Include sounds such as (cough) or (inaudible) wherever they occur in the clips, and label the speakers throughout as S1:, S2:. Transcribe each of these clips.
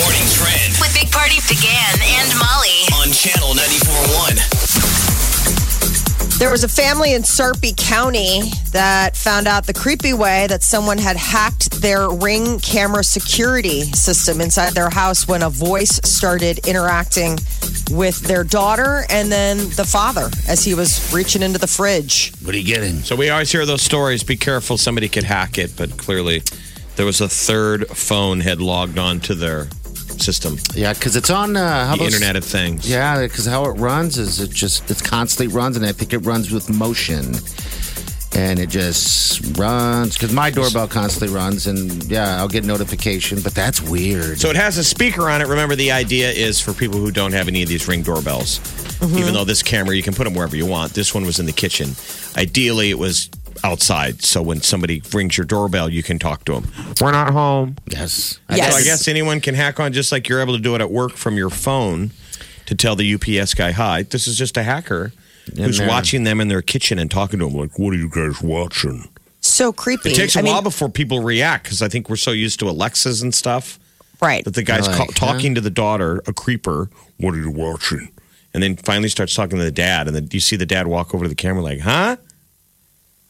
S1: morning trend
S2: With Big Party began and Molly.
S1: on channel 941.
S3: There was a family in Sarpy County that found out the creepy way that someone had hacked their ring camera security system inside their house when a voice started interacting with their daughter and then the father as he was reaching into the fridge.
S4: What are you getting?
S5: So we always hear those stories. Be careful, somebody could hack it. But clearly, there was a third phone had logged on to their system,
S4: Yeah, because it's on uh, how
S5: the
S4: those-
S5: Internet of Things.
S4: Yeah, because how it runs is it just it constantly runs, and I think it runs with motion, and it just runs. Because my doorbell constantly runs, and yeah, I'll get notification, but that's weird.
S5: So it has a speaker on it. Remember, the idea is for people who don't have any of these ring doorbells. Even though this camera, you can put them wherever you want. This one was in the kitchen. Ideally, it was outside. So when somebody rings your doorbell, you can talk to them. We're not home.
S4: yes,
S3: Yes.
S5: So I guess anyone can hack on, just like you're able to do it at work from your phone to tell the UPS guy hi. This is just a hacker who's
S4: there.
S5: watching them in their kitchen and talking to them like, "What are you guys watching?"
S3: So creepy.
S5: It takes a
S3: I mean,
S5: while before people react because I think we're so used to Alexas and stuff
S3: right.
S5: that the guy's
S4: Like,
S5: ca- talking to the daughter, a creeper. What are you watching? And then finally starts talking to the dad, and then you see the dad walk over to the camera like, "Huh?"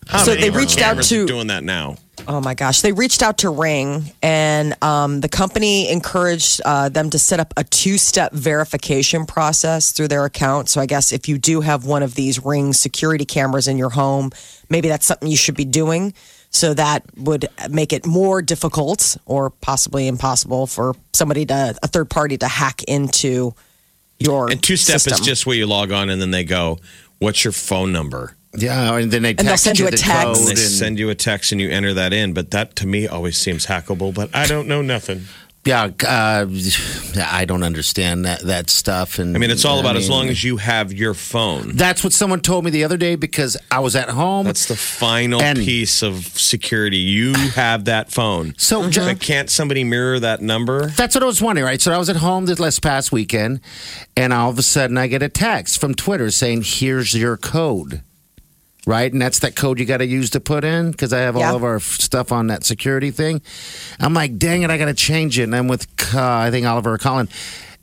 S5: How
S3: So
S5: many
S3: they
S5: of our
S3: reached out
S5: cameras are
S3: to-
S5: doing that now.
S3: Oh my gosh. They reached out to Ring and um, the company encouraged uh, them to set up a two step verification process through their account. So I guess if you do have one of these Ring security cameras in your home, maybe that's something you should be doing. So that would make it more difficult or possibly impossible for somebody to, a third party to hack into your.
S5: And two step is
S3: system.
S5: just where you log on, and then they go, "What's your phone number?"
S4: yeah, and then they
S3: they'll
S4: text
S3: send you a
S4: the
S3: text.
S4: code
S5: And they
S4: and-
S5: send you a text and you enter that in, but that to me always seems hackable, but I don't know nothing.
S4: yeah, uh, I don't understand that that stuff. And
S5: I mean, it's all about as
S4: mean,
S5: long as you have your phone.
S4: That's what someone told me the other day because I was at home.
S5: That's the final
S4: And-
S5: piece of security. You have that phone.
S4: so ju-
S5: But can't somebody mirror that number?
S4: That's what I was wondering, right? So I was at home this last past weekend, and all of a sudden I get a text from Twitter saying, "Here's your code." Right, and that's that code you got to use to put in because I have all
S3: Yeah.
S4: of our f- stuff on that security thing. I'm like, dang it, I got to change it. And I'm with, uh, I think Oliver or Colin,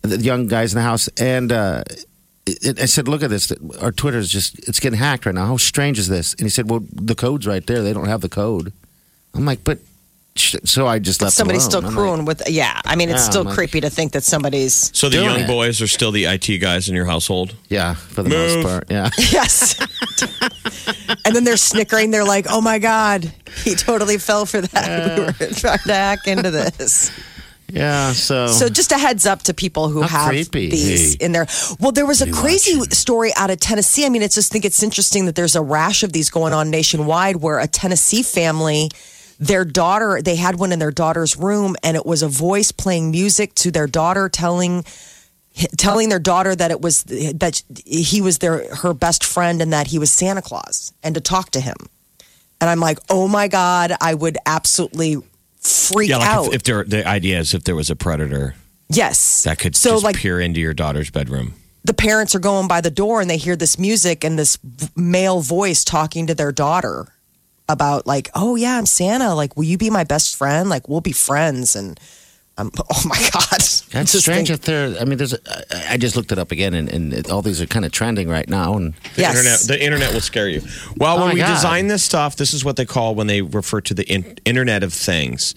S4: the young guys in the house, and uh, it, I said, look at this, our Twitter's just it's getting hacked right now. How strange is this? And he said, well, the code's right there. They don't have the code. I'm like, but sh-. so I just left. it
S3: Somebody's still
S4: alone. I'm like,
S3: crewing with. Yeah. I mean, it's
S4: Yeah,
S3: still
S4: I'm like-
S3: creepy to think that somebody's.
S5: So the
S4: Doing
S5: young
S4: it.
S5: boys are still the IT guys in your household.
S4: Yeah, for the most
S5: Move.
S4: part. Yeah. (laughs)
S3: Yes. (laughs) and then they're snickering. They're like, oh my God, he totally fell for that. We were trying to hack into this.
S4: Yeah. So,
S5: Oh.
S3: So, just a heads up to people who
S4: How
S3: have
S4: creepy.
S3: these in there. Well, there was a crazy story out of Tennessee. I mean, it's just think it's interesting that there's a rash of these going on nationwide where a Tennessee family. Their daughter, they had one in their daughter's room, and it was a voice playing music to their daughter, telling telling their daughter that it was that he was their her best friend and that he was Santa Claus and to talk to him. And I'm like, oh my god, I would absolutely freak
S5: Yeah,
S3: out.
S5: like if, if there the idea is if there was a predator
S3: yes,
S5: that could
S3: So
S5: just
S3: like
S5: peer into your daughter's bedroom.
S3: the parents are going by the door and they hear this music and this v- male voice talking to their daughter about like, oh yeah, I'm Santa. Like, will you be my best friend? Like, we'll be friends. And um, (laughs) oh my god,
S4: that's
S3: Just
S4: strange
S3: think-
S4: if there. I mean, there's. I I just looked it up again, and, and it, all these are kind of trending right now. And
S5: The
S3: Yes.
S5: internet, the internet will scare you. Well,
S4: Oh
S5: when
S4: my
S5: we
S4: God.
S5: design this stuff, this is what they call when they refer to the in- Internet of Things,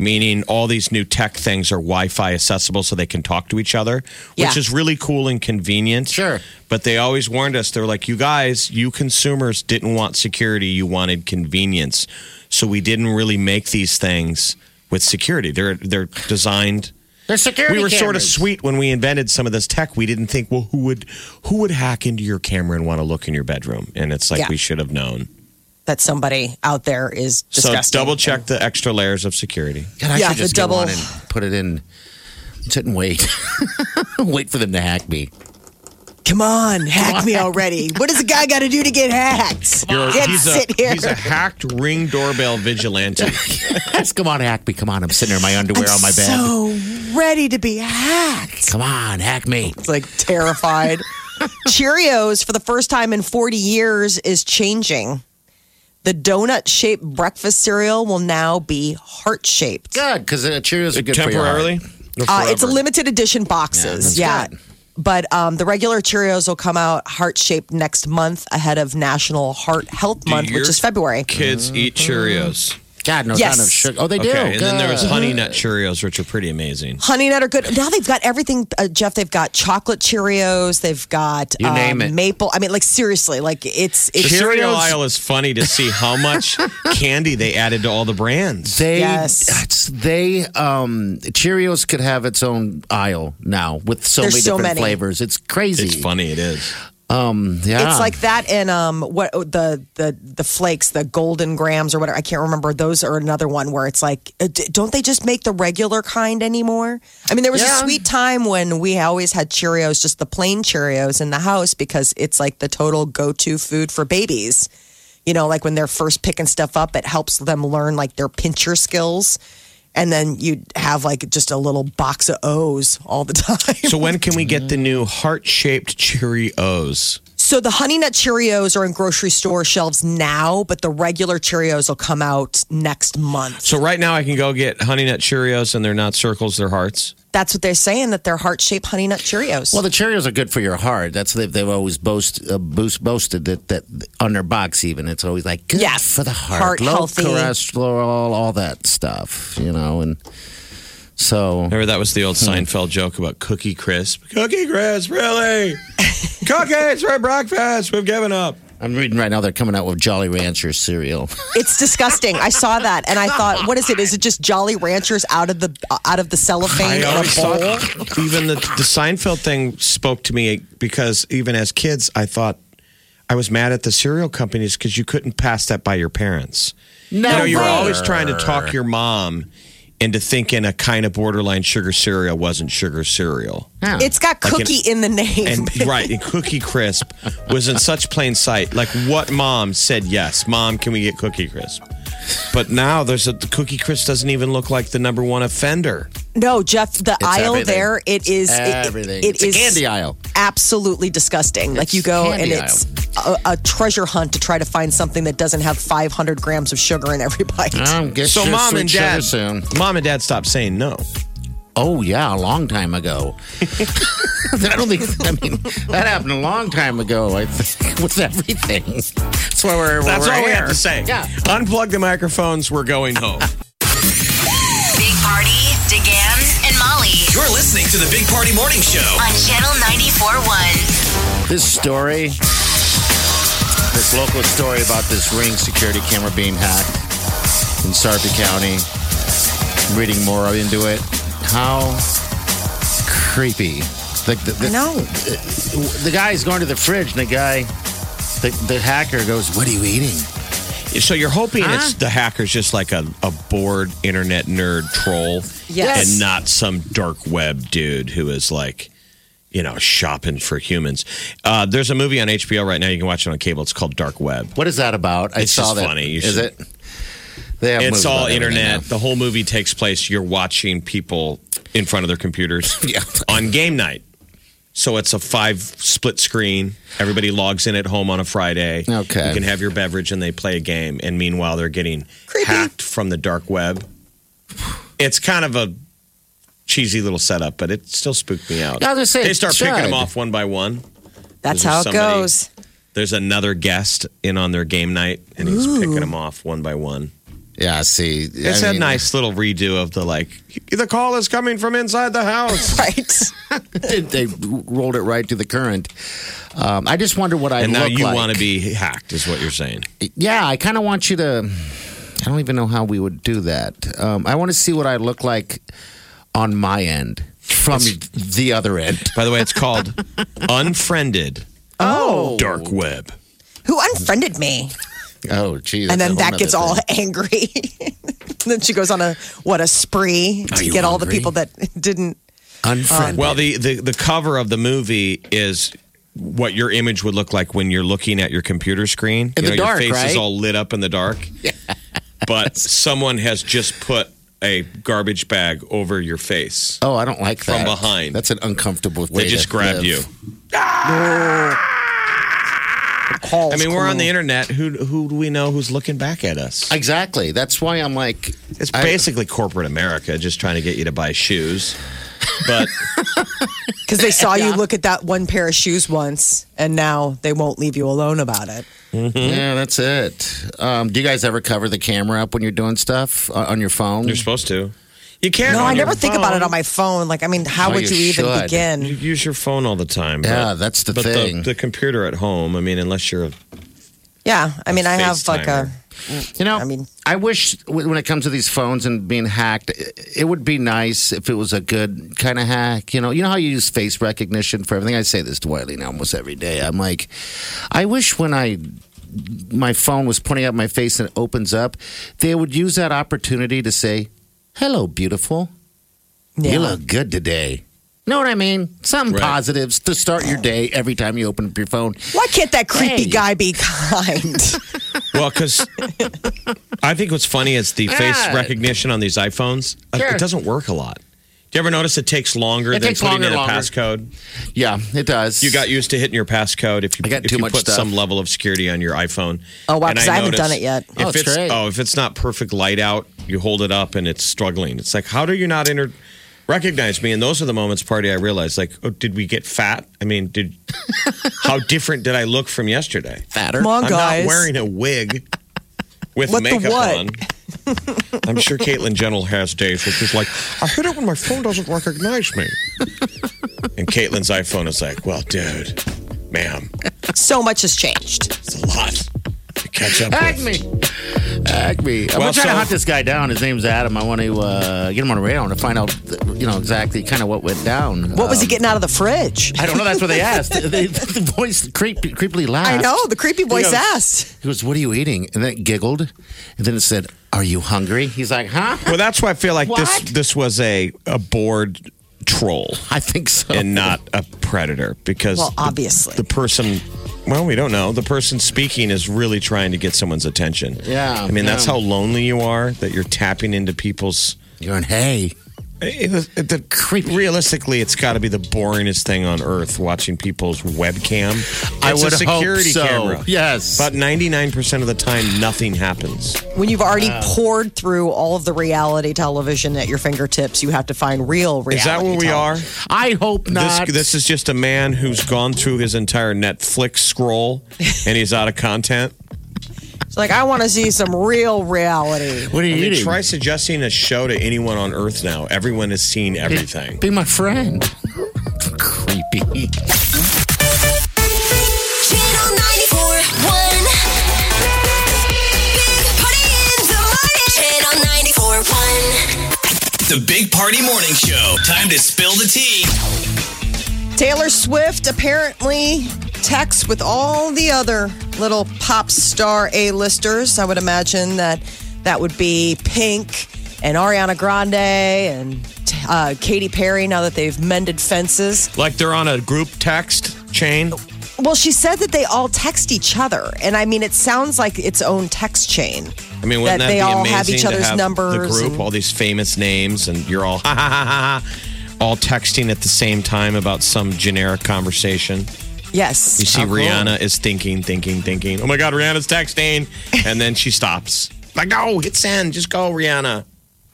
S5: meaning all these new tech things are Wi-Fi accessible, so they can talk to each other,
S3: Yeah.
S5: which is really cool and convenient.
S4: Sure.
S5: But they always warned us. They're like, you guys, you consumers didn't want security; you wanted convenience. So we didn't really make these things with security. They're they're designed
S4: there's security.
S5: we were sort of
S4: cameras.
S5: sweet when we invented some of this tech. We didn't think, well, who would who would hack into your camera and want to look in your bedroom? And it's like
S3: Yeah.
S5: we should have known.
S3: that somebody out there is disgusting.
S5: So double check the extra layers of security.
S4: God, I
S3: Yeah,
S4: should
S3: the
S4: just get
S3: double-
S4: one and put it in Sit and wait. (laughs) wait for them to hack me.
S3: Come on, hack me already. What does a guy got to do to get hacked?
S5: You're-
S3: Can't
S5: he's,
S3: sit
S5: a,
S3: here.
S5: he's a hacked ring doorbell
S3: (laughs)
S5: vigilante.
S4: Yes, come on, hack me. Come on, I'm sitting there in my underwear on my bed.
S3: So ready to be hacked.
S4: come on, hack me.
S3: It's like terrified. Cheerios, for the first time in 40 years, is changing. The donut shaped breakfast cereal will now be heart shaped.
S4: Good, because Cheerios are good
S5: Temporarily?
S4: for
S3: Uh, it's a limited edition boxes.
S4: Yeah,
S3: Yeah.
S4: that's good.
S3: But um, the regular Cheerios will come out heart shaped next month ahead of National Heart Health Month,
S5: your
S3: which is February.
S5: Kids eat Cheerios.
S4: God, no
S3: Yes.
S4: kind of sugar. Mm-hmm. Oh, they do.
S5: Okay, and then there was
S4: Good.
S5: honey nut Cheerios, which are pretty amazing.
S3: Honey Nut are good. Now they've got everything, uh, Jeff. They've got chocolate Cheerios. They've got um,
S4: You name it.
S3: maple. I mean, like seriously, like it's it's
S5: The cereal aisle is funny to see
S3: (laughs)
S5: how much candy they added to all the brands.
S4: They,
S3: Yes.
S4: that's- they, um, Cheerios could have its own aisle now with so
S3: There's
S4: many
S3: so
S4: different
S3: many.
S4: flavors. It's crazy.
S5: It's funny, it is.
S4: Um, yeah.
S3: It's like that and um what the the the flakes, the golden grams or whatever. I can't remember. Those are another one where it's like, uh, d- don't they just make the regular kind anymore? I mean, there was
S4: Yeah.
S3: a sweet time when we always had Cheerios, just the plain Cheerios in the house because it's like the total go to food for babies. You know, like when they're first picking stuff up, it helps them learn like their pincher skills. And then you have like just a little box of O's all the (laughs) time.
S5: So when can we get the new heart-shaped Cheerios?
S3: So the Honey Nut Cheerios are in grocery store shelves now, but the regular Cheerios will come out next month.
S5: So right now I can go get honey nut Cheerios and they're not circles, they're hearts.
S3: That's what they're saying that they're heart shaped Honey Nut Cheerios.
S4: Well, the Cheerios are good for your heart. That's they've, they've always boast, uh, boost, boasted that, that on their box. Even it's always like good
S3: Yes.
S4: for the heart,
S3: Heart
S4: low
S3: healthy.
S4: cholesterol, all that stuff. You know, and so
S5: Remember that was the old Seinfeld joke about Cookie Crisp? Cookie Crisp, really? Cookies for breakfast. We've given up.
S4: I'm reading right now they're coming out with Jolly Rancher cereal.
S3: it's disgusting. I saw that and I thought, what is it? Is it just Jolly Ranchers out of the uh, out of the cellophane in a bowl?
S5: even the, the Seinfeld thing spoke to me because even as kids, I thought I was mad at the cereal companies because you couldn't pass that by your parents.
S4: no,
S5: you know, you were always trying to talk your mom into thinking a kind of borderline sugar cereal wasn't sugar cereal.
S3: It's got cookie in the name. (laughs)
S5: And right, and Cookie Crisp was in such plain sight. Like what mom said yes, mom, can we get Cookie Crisp? But now there's a the Cookie Crisp doesn't even look like the number one offender.
S3: no, Jeff, the aisle
S4: everything.
S3: there, it is it- it-
S4: (laughs) everything.
S3: it
S4: it's a
S3: is
S4: candy aisle.
S3: absolutely disgusting. like
S4: It's
S3: you go and
S4: candy
S3: it's a, a treasure hunt to try to find something that doesn't have 500 grams of sugar in every bite.
S4: Um, get
S5: So
S4: your
S5: mom
S4: sweet
S5: and dad,
S4: sugar soon.
S5: mom and dad stopped saying no.
S4: Oh yeah, a long time ago. (laughs) I don't think. I mean, that happened a long time ago. I think with everything. That's why we're.
S5: That's
S4: we're
S5: all we
S4: here.
S5: have to say.
S4: Yeah.
S5: Unplug the microphones. We're going
S4: (laughs)
S5: home.
S2: Big Party, DeGan and Molly
S1: You're listening to the Big Party Morning Show.
S2: on Channel 94.1.
S4: This story, this local story about this ring security camera being hacked in Sarpy County. I'm reading more into it. How creepy. Like the, the,
S3: No.
S4: the guy's going to the fridge, and the guy, the, the hacker goes, "What are you eating?"
S5: So you're hoping
S4: Huh?
S5: it's the hacker's just like a, a bored internet nerd troll.
S3: Yes.
S5: And not some dark web dude who is like, you know, shopping for humans. Uh, there's a movie on HBO right now. You can watch it on cable. It's called Dark Web.
S4: What is that about? I
S5: It's
S4: saw
S5: just
S4: that.
S5: funny. You
S4: is
S5: should-
S4: it? They have
S5: It's
S4: movies
S5: all
S4: about everything
S5: internet. The whole movie takes place. You're watching people in front of their computers
S4: (laughs) Yeah.
S5: on game night. So it's a five split screen. Everybody logs in at home on a Friday.
S4: Okay.
S5: You can have your beverage and they play a game. And meanwhile, they're getting hacked from the dark web. It's kind of a cheesy little setup, but it still spooked me out.
S4: I was gonna say,
S5: they start
S4: it
S5: picking them
S4: should.
S5: off one by one.
S3: That's
S5: Is there
S3: how it
S5: somebody-
S4: (laughs)
S3: goes.
S5: There's another guest in on their game night, and he's picking them off one by one.
S4: now. Yeah, see,
S5: It's
S4: I
S5: a
S4: mean,
S5: nice little redo of the like, the call is coming from inside the
S4: (laughs)
S5: house.
S3: Right.
S4: (laughs) They, they rolled it right to the current. Um, I just wonder what I
S5: and now
S4: look
S5: you
S4: like.
S5: want to be hacked, is what you're saying.
S4: yeah, I kind of want you to. I don't even know how we would do that. Um, I want to see what I look like on my end from the other end.
S5: By the way, it's
S4: (laughs)
S5: called Unfriended
S3: Oh.
S5: Dark Web.
S3: Who unfriended me?
S4: Oh, geez.
S3: And
S4: that's a
S3: then
S4: whole
S3: that gets
S4: nother
S3: all (laughs)
S4: thing.
S3: angry. then she goes on a what a spree to
S4: you
S3: get all the
S4: hungry?
S3: people that (laughs) didn't
S4: Unfriended.
S5: Well, the, the the cover of the movie is what your image would look like when you're looking at your computer screen.
S6: In
S5: you
S6: the
S5: know,
S6: dark,
S5: your face
S6: right?
S5: is all lit up in the
S4: (laughs)
S5: dark. But someone has just put a garbage bag over your face.
S4: oh, I don't like that.
S5: From behind.
S4: That's an uncomfortable way
S5: They just
S4: to
S5: grabbed
S4: live.
S3: (laughs)
S5: you.
S3: Calls
S5: I mean, we're
S3: come
S5: on the internet. Who who do we know who's looking back at us?
S4: Exactly. That's why I'm like,
S5: It's
S4: I-
S5: basically corporate America just trying to get you to buy shoes.
S4: (laughs)
S5: But
S3: Because they saw you look at that one pair of shoes once, and now they won't leave you alone about it.
S4: (laughs) yeah, that's it. Um, do you guys ever cover the camera up when you're doing stuff uh, on your phone?
S5: you're supposed to. You can't.
S3: No,
S5: on
S3: I
S5: your
S3: never think about it on my phone. Like, I mean, how
S4: No,
S3: would
S4: Oh, you
S3: you, even
S4: should.
S5: You
S3: begin?
S5: use your phone all the time.
S4: Yeah,
S5: but-
S4: that's the
S5: but
S4: thing.
S5: The, the computer at home. I mean, unless you're
S3: Yeah, I mean, I have like a.
S4: You know, I
S3: I
S4: mean,
S3: mean-
S4: I wish w- when it comes to these phones and being hacked, it, it would be nice if it was a good kind of hack. You know, you know how you use face recognition for everything. I say this to Wiley now almost every day. I'm like, I wish when I my phone was pointing at my face and it opens up, they would use that opportunity to say, "Hello, beautiful. You
S3: Yeah.
S4: look good today." Know what I mean? Some
S5: Right.
S4: positives to start your day every time you open up your phone.
S3: Why can't that creepy
S4: Hey.
S3: guy be kind? (laughs)
S5: well, because I think what's funny is the face
S4: God.
S5: recognition on these iPhones. uh,
S4: Sure.
S5: It doesn't work a lot. Do you ever notice it takes longer
S4: It
S5: than
S4: takes
S5: putting
S4: longer
S5: in a
S4: and longer.
S5: passcode?
S4: Yeah, it does.
S5: You got used to hitting your passcode if you
S4: I got
S5: if
S4: too
S5: you
S4: much
S5: put
S4: stuff.
S5: some level of security on your iPhone.
S3: Oh, wow,
S5: And
S3: 'cause I haven't
S5: noticed
S3: done it yet.
S5: If
S4: Oh, it's
S5: it's
S4: great.
S5: oh, if it's not perfect light out, you hold it up and it's struggling. It's like how do you not enter recognize me? And those are the moments, party, I realized like, oh, did we get fat? I mean, did (laughs) how different did I look from yesterday?
S4: fatter.
S3: Come on,
S5: I'm
S3: guys.
S5: not wearing a wig with
S3: What the
S5: makeup
S3: what?
S5: on. I'm sure Caitlyn Jenner has days where she's like, I hate it when my phone doesn't recognize me. and Caitlyn's iPhone is like, well, dude, ma'am,
S3: so much has changed.
S5: it's a lot to catch up with.
S4: Acme. Acme. I'm
S5: Well,
S4: trying to
S5: so-
S4: hunt this guy down. His name's Adam. I want to uh, get him on the radio to find out, you know, exactly kind of what went down.
S3: What was he
S4: Um,
S3: getting out of the fridge?
S4: I don't know. That's what they (laughs) asked. they, the voice creep, creepily laughed.
S3: I know. The creepy voice
S4: He goes-
S3: asked.
S4: He goes, "What are you eating?" And then it giggled, and then it said, "Are you hungry?" He's like, "Huh?"
S5: Well, that's why I feel like this
S4: What?
S5: this was a, a bored troll
S4: I think so.
S5: and not a predator because
S3: Well,
S5: the-
S3: obviously.
S5: the person well we don't know the person speaking is really trying to get someone's attention
S4: Yeah,
S5: i mean that's
S4: yeah.
S5: how lonely you are that you're tapping into people's
S4: You're in hay.
S5: it was, it, the creep realistically it's got to be the boringest thing on earth watching people's webcam
S4: I
S5: It's
S4: would
S5: a
S4: hope
S5: security
S4: so.
S5: camera
S4: Yes.
S5: about 99% of the time nothing happens
S3: When you've already poured through all of the reality television at your fingertips, you have to find real reality.
S5: is that where we
S3: television.
S5: are
S4: I hope not.
S5: This, this is just a man who's gone through his entire Netflix (laughs) scroll and he's out of content.
S3: It's like, I want to see some real reality.
S4: what are you
S5: I mean,
S4: eating?
S5: try suggesting a show to anyone on Earth now. Everyone has seen everything.
S4: Be my friend. (laughs) Creepy.
S2: Channel 941. Big Party in the morning. Channel 941.
S1: The Big Party Morning Show. Time to spill the tea.
S3: Taylor Swift apparently texts with all the other little pop star A-listers. I would imagine that that would be Pink and Ariana Grande and uh, Katy Perry now that they've mended fences.
S5: Like they're on a group text chain.
S3: Well, she said that they all text each other. And I mean, it sounds like its own text chain.
S5: I mean, wouldn't
S3: That
S5: that,
S3: they
S5: be
S3: all have
S5: amazing
S3: each
S5: to
S3: other's
S5: have The
S3: numbers
S5: group,
S3: and-
S5: all these famous names, and you're all (laughs) ha ha ha ha, ha, all texting at the same time about some generic conversation.
S3: Yes.
S5: You see, Rihanna is thinking, thinking, thinking. Oh my God, Rihanna's texting, and then she stops. Like, no, hit send. Just go, Rihanna.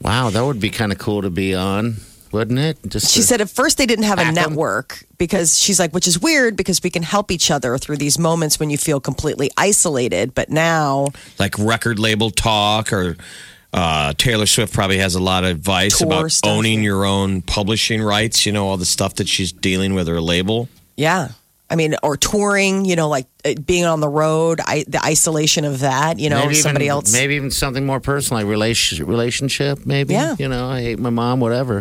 S4: Wow, that would be kind of cool to be on, wouldn't it? Just
S3: She
S4: to-
S3: said at first they didn't have a
S4: Back 'em.
S3: network because she's like, which is weird because we can help each other through these moments when you feel completely isolated. But now,
S5: like record label talk or uh, Taylor Swift probably has a lot of advice
S3: Tour
S5: about
S3: stuff.
S5: owning your own publishing rights, you know, all the stuff that she's dealing with her label.
S3: yeah. I mean, or touring, you know, like uh, being on the road, I, the isolation of that, you know, somebody
S4: even,
S3: else.
S4: Maybe even something more personal, like relationship, relationship maybe.
S3: Yeah.
S4: You know, I hate my mom, whatever.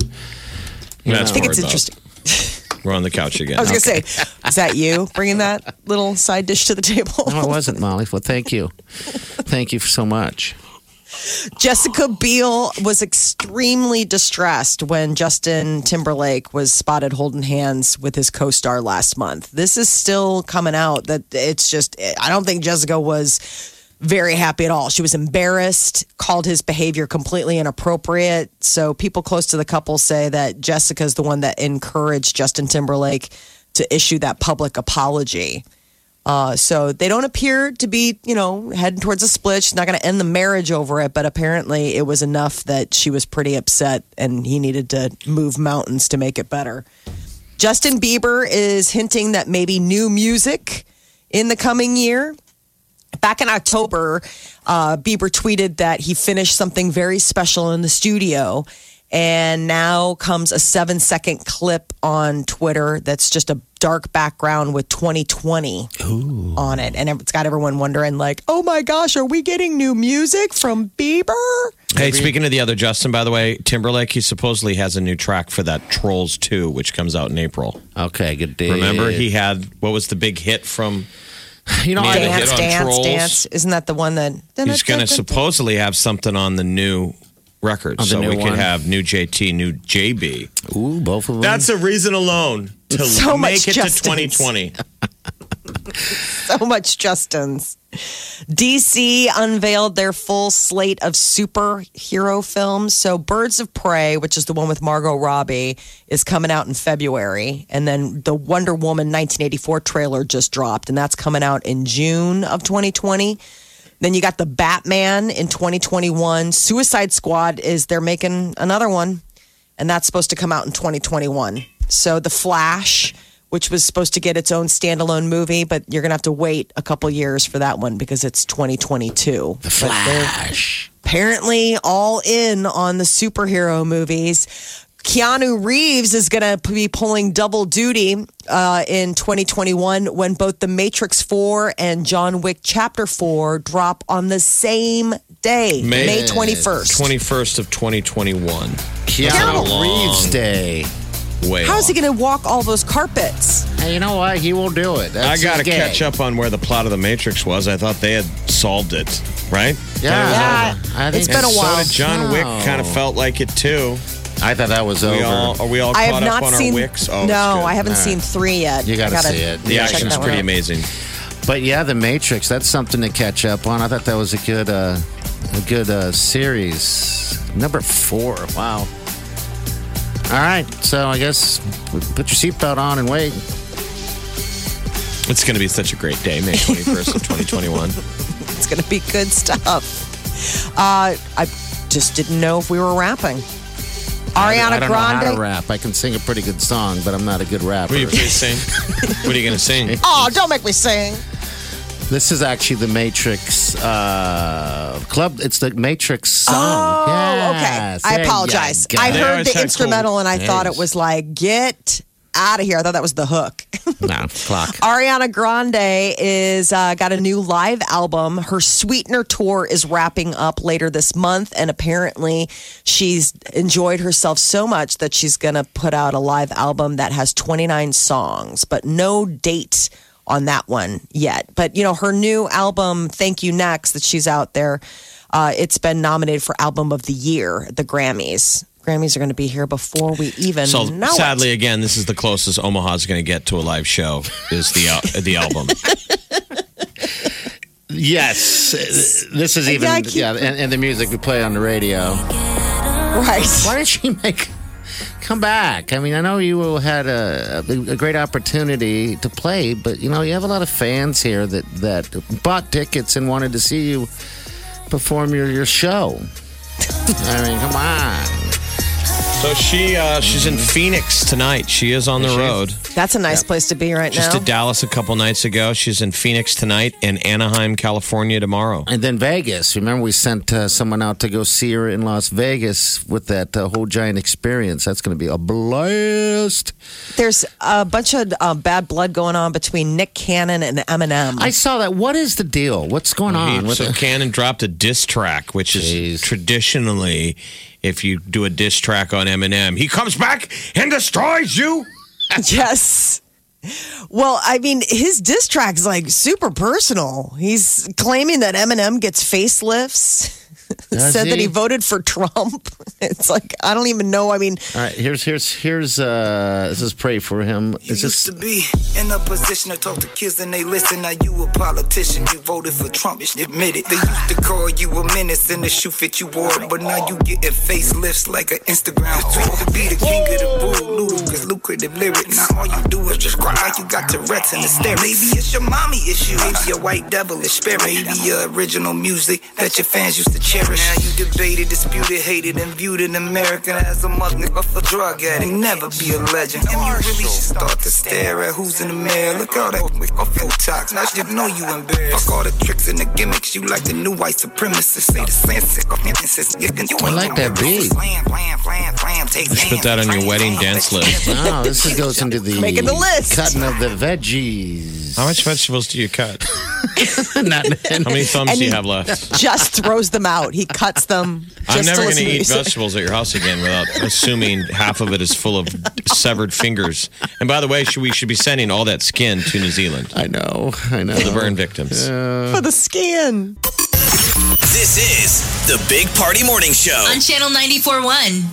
S4: You
S5: That's
S3: I
S4: know.
S3: think it's
S5: Sorry, Bob.
S3: interesting.
S5: We're on the couch again.
S3: I was going to say, is that you bringing that (laughs) little side dish to the table?
S4: No, it wasn't, Molly. Well, thank you. thank you so much.
S3: Jessica Biel was extremely distressed when Justin Timberlake was spotted holding hands with his co star last month. This is still coming out that it's just, I don't think Jessica was very happy at all. She was embarrassed, called his behavior completely inappropriate. So people close to the couple say that Jessica's the one that encouraged Justin Timberlake to issue that public apology. Uh, so they don't appear to be, you know, heading towards a split. She's not going to end the marriage over it, but apparently it was enough that she was pretty upset and he needed to move mountains to make it better. Justin Bieber is hinting that maybe new music in the coming year. Back in October, uh, Bieber tweeted that he finished something very special in the studio. And now comes a seven second clip on Twitter that's just a dark background with 2020 on it. And it's got everyone wondering, like, oh my gosh, are we getting new music from Bieber?
S5: Hey, speaking of the other Justin, by the way, Timberlake, he supposedly has a new track for that Trolls 2, which comes out in April.
S4: Okay, good day.
S5: Remember, he had what was the big hit from.
S4: (laughs) you know,
S5: Yeah,
S4: I,
S5: they hit
S3: Dance,
S5: on
S3: dance,
S5: Trolls.
S3: dance. Isn't that the one that.
S5: He's going to supposedly have something on the new record.
S4: On the
S5: so
S4: new
S5: we could
S4: one.
S5: have new JT, new JB.
S4: ooh, both of them.
S5: That's a reason alone to
S3: So
S5: make
S3: much
S5: it
S3: Justins.
S5: to 2020.
S3: so much Justin's. DC unveiled their full slate of superhero films. So Birds of Prey, which is the one with Margot Robbie, is coming out in February. And then the Wonder Woman 1984 trailer just dropped, and that's coming out in June of 2020. Then you got the Batman in 2021. Suicide Squad is they're making another one, and that's supposed to come out in 2021. So the Flash, which was supposed to get its own standalone movie, but you're gonna have to wait a couple years for that one because it's 2022. The
S4: Flash.
S3: apparently all in on the superhero movies. Keanu Reeves is going to be pulling double duty uh, in 2021 when both The Matrix 4 and John Wick Chapter 4 drop on the same day, May,
S5: May-
S3: 21st.
S5: 21st of 2021.
S4: Keanu
S5: That's a
S4: Reeves
S5: long
S4: Day.
S5: Way
S3: How's he
S5: off.
S3: going to walk all those carpets?
S4: Hey, you know what? He will do it.
S5: I
S4: That's
S5: got to
S4: his gig.
S5: catch up on where the plot of The Matrix was. I thought they had solved it, right?
S4: Yeah,
S3: Yeah.
S4: I think
S3: It's been a
S4: so.
S3: while.
S5: So did John Wick kind of felt like it too.
S4: I thought that was
S5: We
S4: over.
S5: all, are we all
S3: I
S5: caught
S3: have not
S5: up on
S3: seen.
S5: our Wicks? Oh, that's
S3: no,
S5: good.
S3: I haven't
S4: All right.
S3: seen three yet.
S4: You
S3: I
S4: gotta see it.
S5: The
S4: Yeah,
S3: check
S5: action's
S3: that one
S5: pretty
S3: out.
S5: amazing.
S4: But yeah, The Matrix. That's something to catch up on. I thought that was a good, uh, a good uh, series. Number four. Wow. All right, so I guess put your seatbelt on and wait.
S5: It's going to be such a great
S3: (laughs)
S5: day, May 21st of 2021.
S3: It's going to be good stuff. Uh, I just didn't know if we were rapping. Ariana
S4: I don't
S3: Grande.
S4: know how to rap. I can sing a pretty good song, but I'm not a good rapper.
S5: Will you please sing? What are you going to sing?
S3: Oh, don't make me sing.
S4: This is actually the Matrix uh, club. It's the Matrix song.
S3: Oh,
S4: Yes,
S3: okay. I
S4: Ah, there you
S3: apologize. I
S4: go.
S5: They
S3: heard
S5: always
S3: the
S5: had
S3: instrumental
S5: cool
S3: and I thought it
S4: names.
S3: was like, get out of here. I thought that was the hook.
S4: no, clock.
S3: Ariana Grande is uh, got a new live album. Her Sweetener tour is wrapping up later this month, and apparently, she's enjoyed herself so much that she's going to put out a live album that has 29 songs, but no date on that one yet. But you know, her new album, Thank You Next, that she's out there. Uh, it's been nominated for Album of the Year at the Grammys. Grammys are going to be here before we even
S5: So
S3: know it.
S5: sadly, again, this is the closest Omaha's going to get to a live show is the al- the album.
S4: Yes, this is even
S3: Yeah, I
S4: yeah,
S3: keep-
S4: and, and the music we play on the radio.
S3: right.
S4: Why didn't you make come back? I mean, I know you had a, a great opportunity to play, but you know you have a lot of fans here that that bought tickets and wanted to see you perform your your show. I mean, come on.
S5: So she uh, she's in Phoenix tonight. She is on the
S4: Is she?
S5: road.
S3: That's a nice place to be right
S5: She's
S3: now.
S5: to Dallas a couple nights ago. She's in Phoenix tonight and Anaheim, California tomorrow.
S4: And then Vegas. Remember, we sent uh, someone out to go see her in Las Vegas with that uh, whole giant experience. That's going to be a blast.
S3: There's a bunch of uh, bad blood going on between Nick Cannon and Eminem. (laughs)
S4: I saw that. What is the deal? What's going on?
S5: He,
S4: with
S5: so (laughs)
S4: it?
S5: Cannon dropped a diss track, which is
S4: Jeez.
S5: traditionally, if you do a diss track on Eminem, he comes back and destroys you.
S3: yes. Well, I mean, his diss track is like super personal. He's claiming that Eminem gets facelifts.
S4: Does
S3: said that
S4: he?
S3: he voted for Trump. (laughs) It's like I don't even know. I mean,
S4: All right, here's here's here's uh this is pray for him. It's
S1: used
S4: just
S1: to be in a position to talk to kids and they listen. Now you a politician, you voted for Trump, you should admit it. They used to call you a menace and the shoe fit you wore, but now you getting facelifts like an Instagram tweet. To be the king of the bull, ludicrous, lucrative lyrics. Now all you do is just cry like you got Tourette's and hysterics. Maybe it's your mommy issue, maybe your white devilish spirit, maybe your original music that your fans used to cherish. Now you debated, disputed, hated, and viewed an American as a mother of a drug addict. Never be a legend. And you really should start to stare at who's in the mirror. Look how that with a full tox. I should know you embarrassed. Fuck all the tricks and the gimmicks. You like the new white supremacists. Say the same sick of instances.
S4: I like that beat.
S5: You should put that on your wedding dance list.
S4: oh, this is goes into the
S3: Making the list.
S4: cutting of the veggies.
S5: How much vegetables do you cut?
S4: Not,
S5: How
S3: (laughs)
S5: many thumbs
S3: And
S5: do you
S3: you-
S5: have left?
S3: just throws them out. He cuts them.
S5: I'm
S3: just
S5: never going
S3: listen
S5: to eat
S3: music.
S5: vegetables at your house again without assuming half of it is full of severed fingers. And by the way, should, we should be sending all that skin to New Zealand,
S4: (laughs) I know, I know.
S5: the burn victims.
S3: for the skin.
S7: This is the Big Party Morning Show.
S2: on Channel 94.1.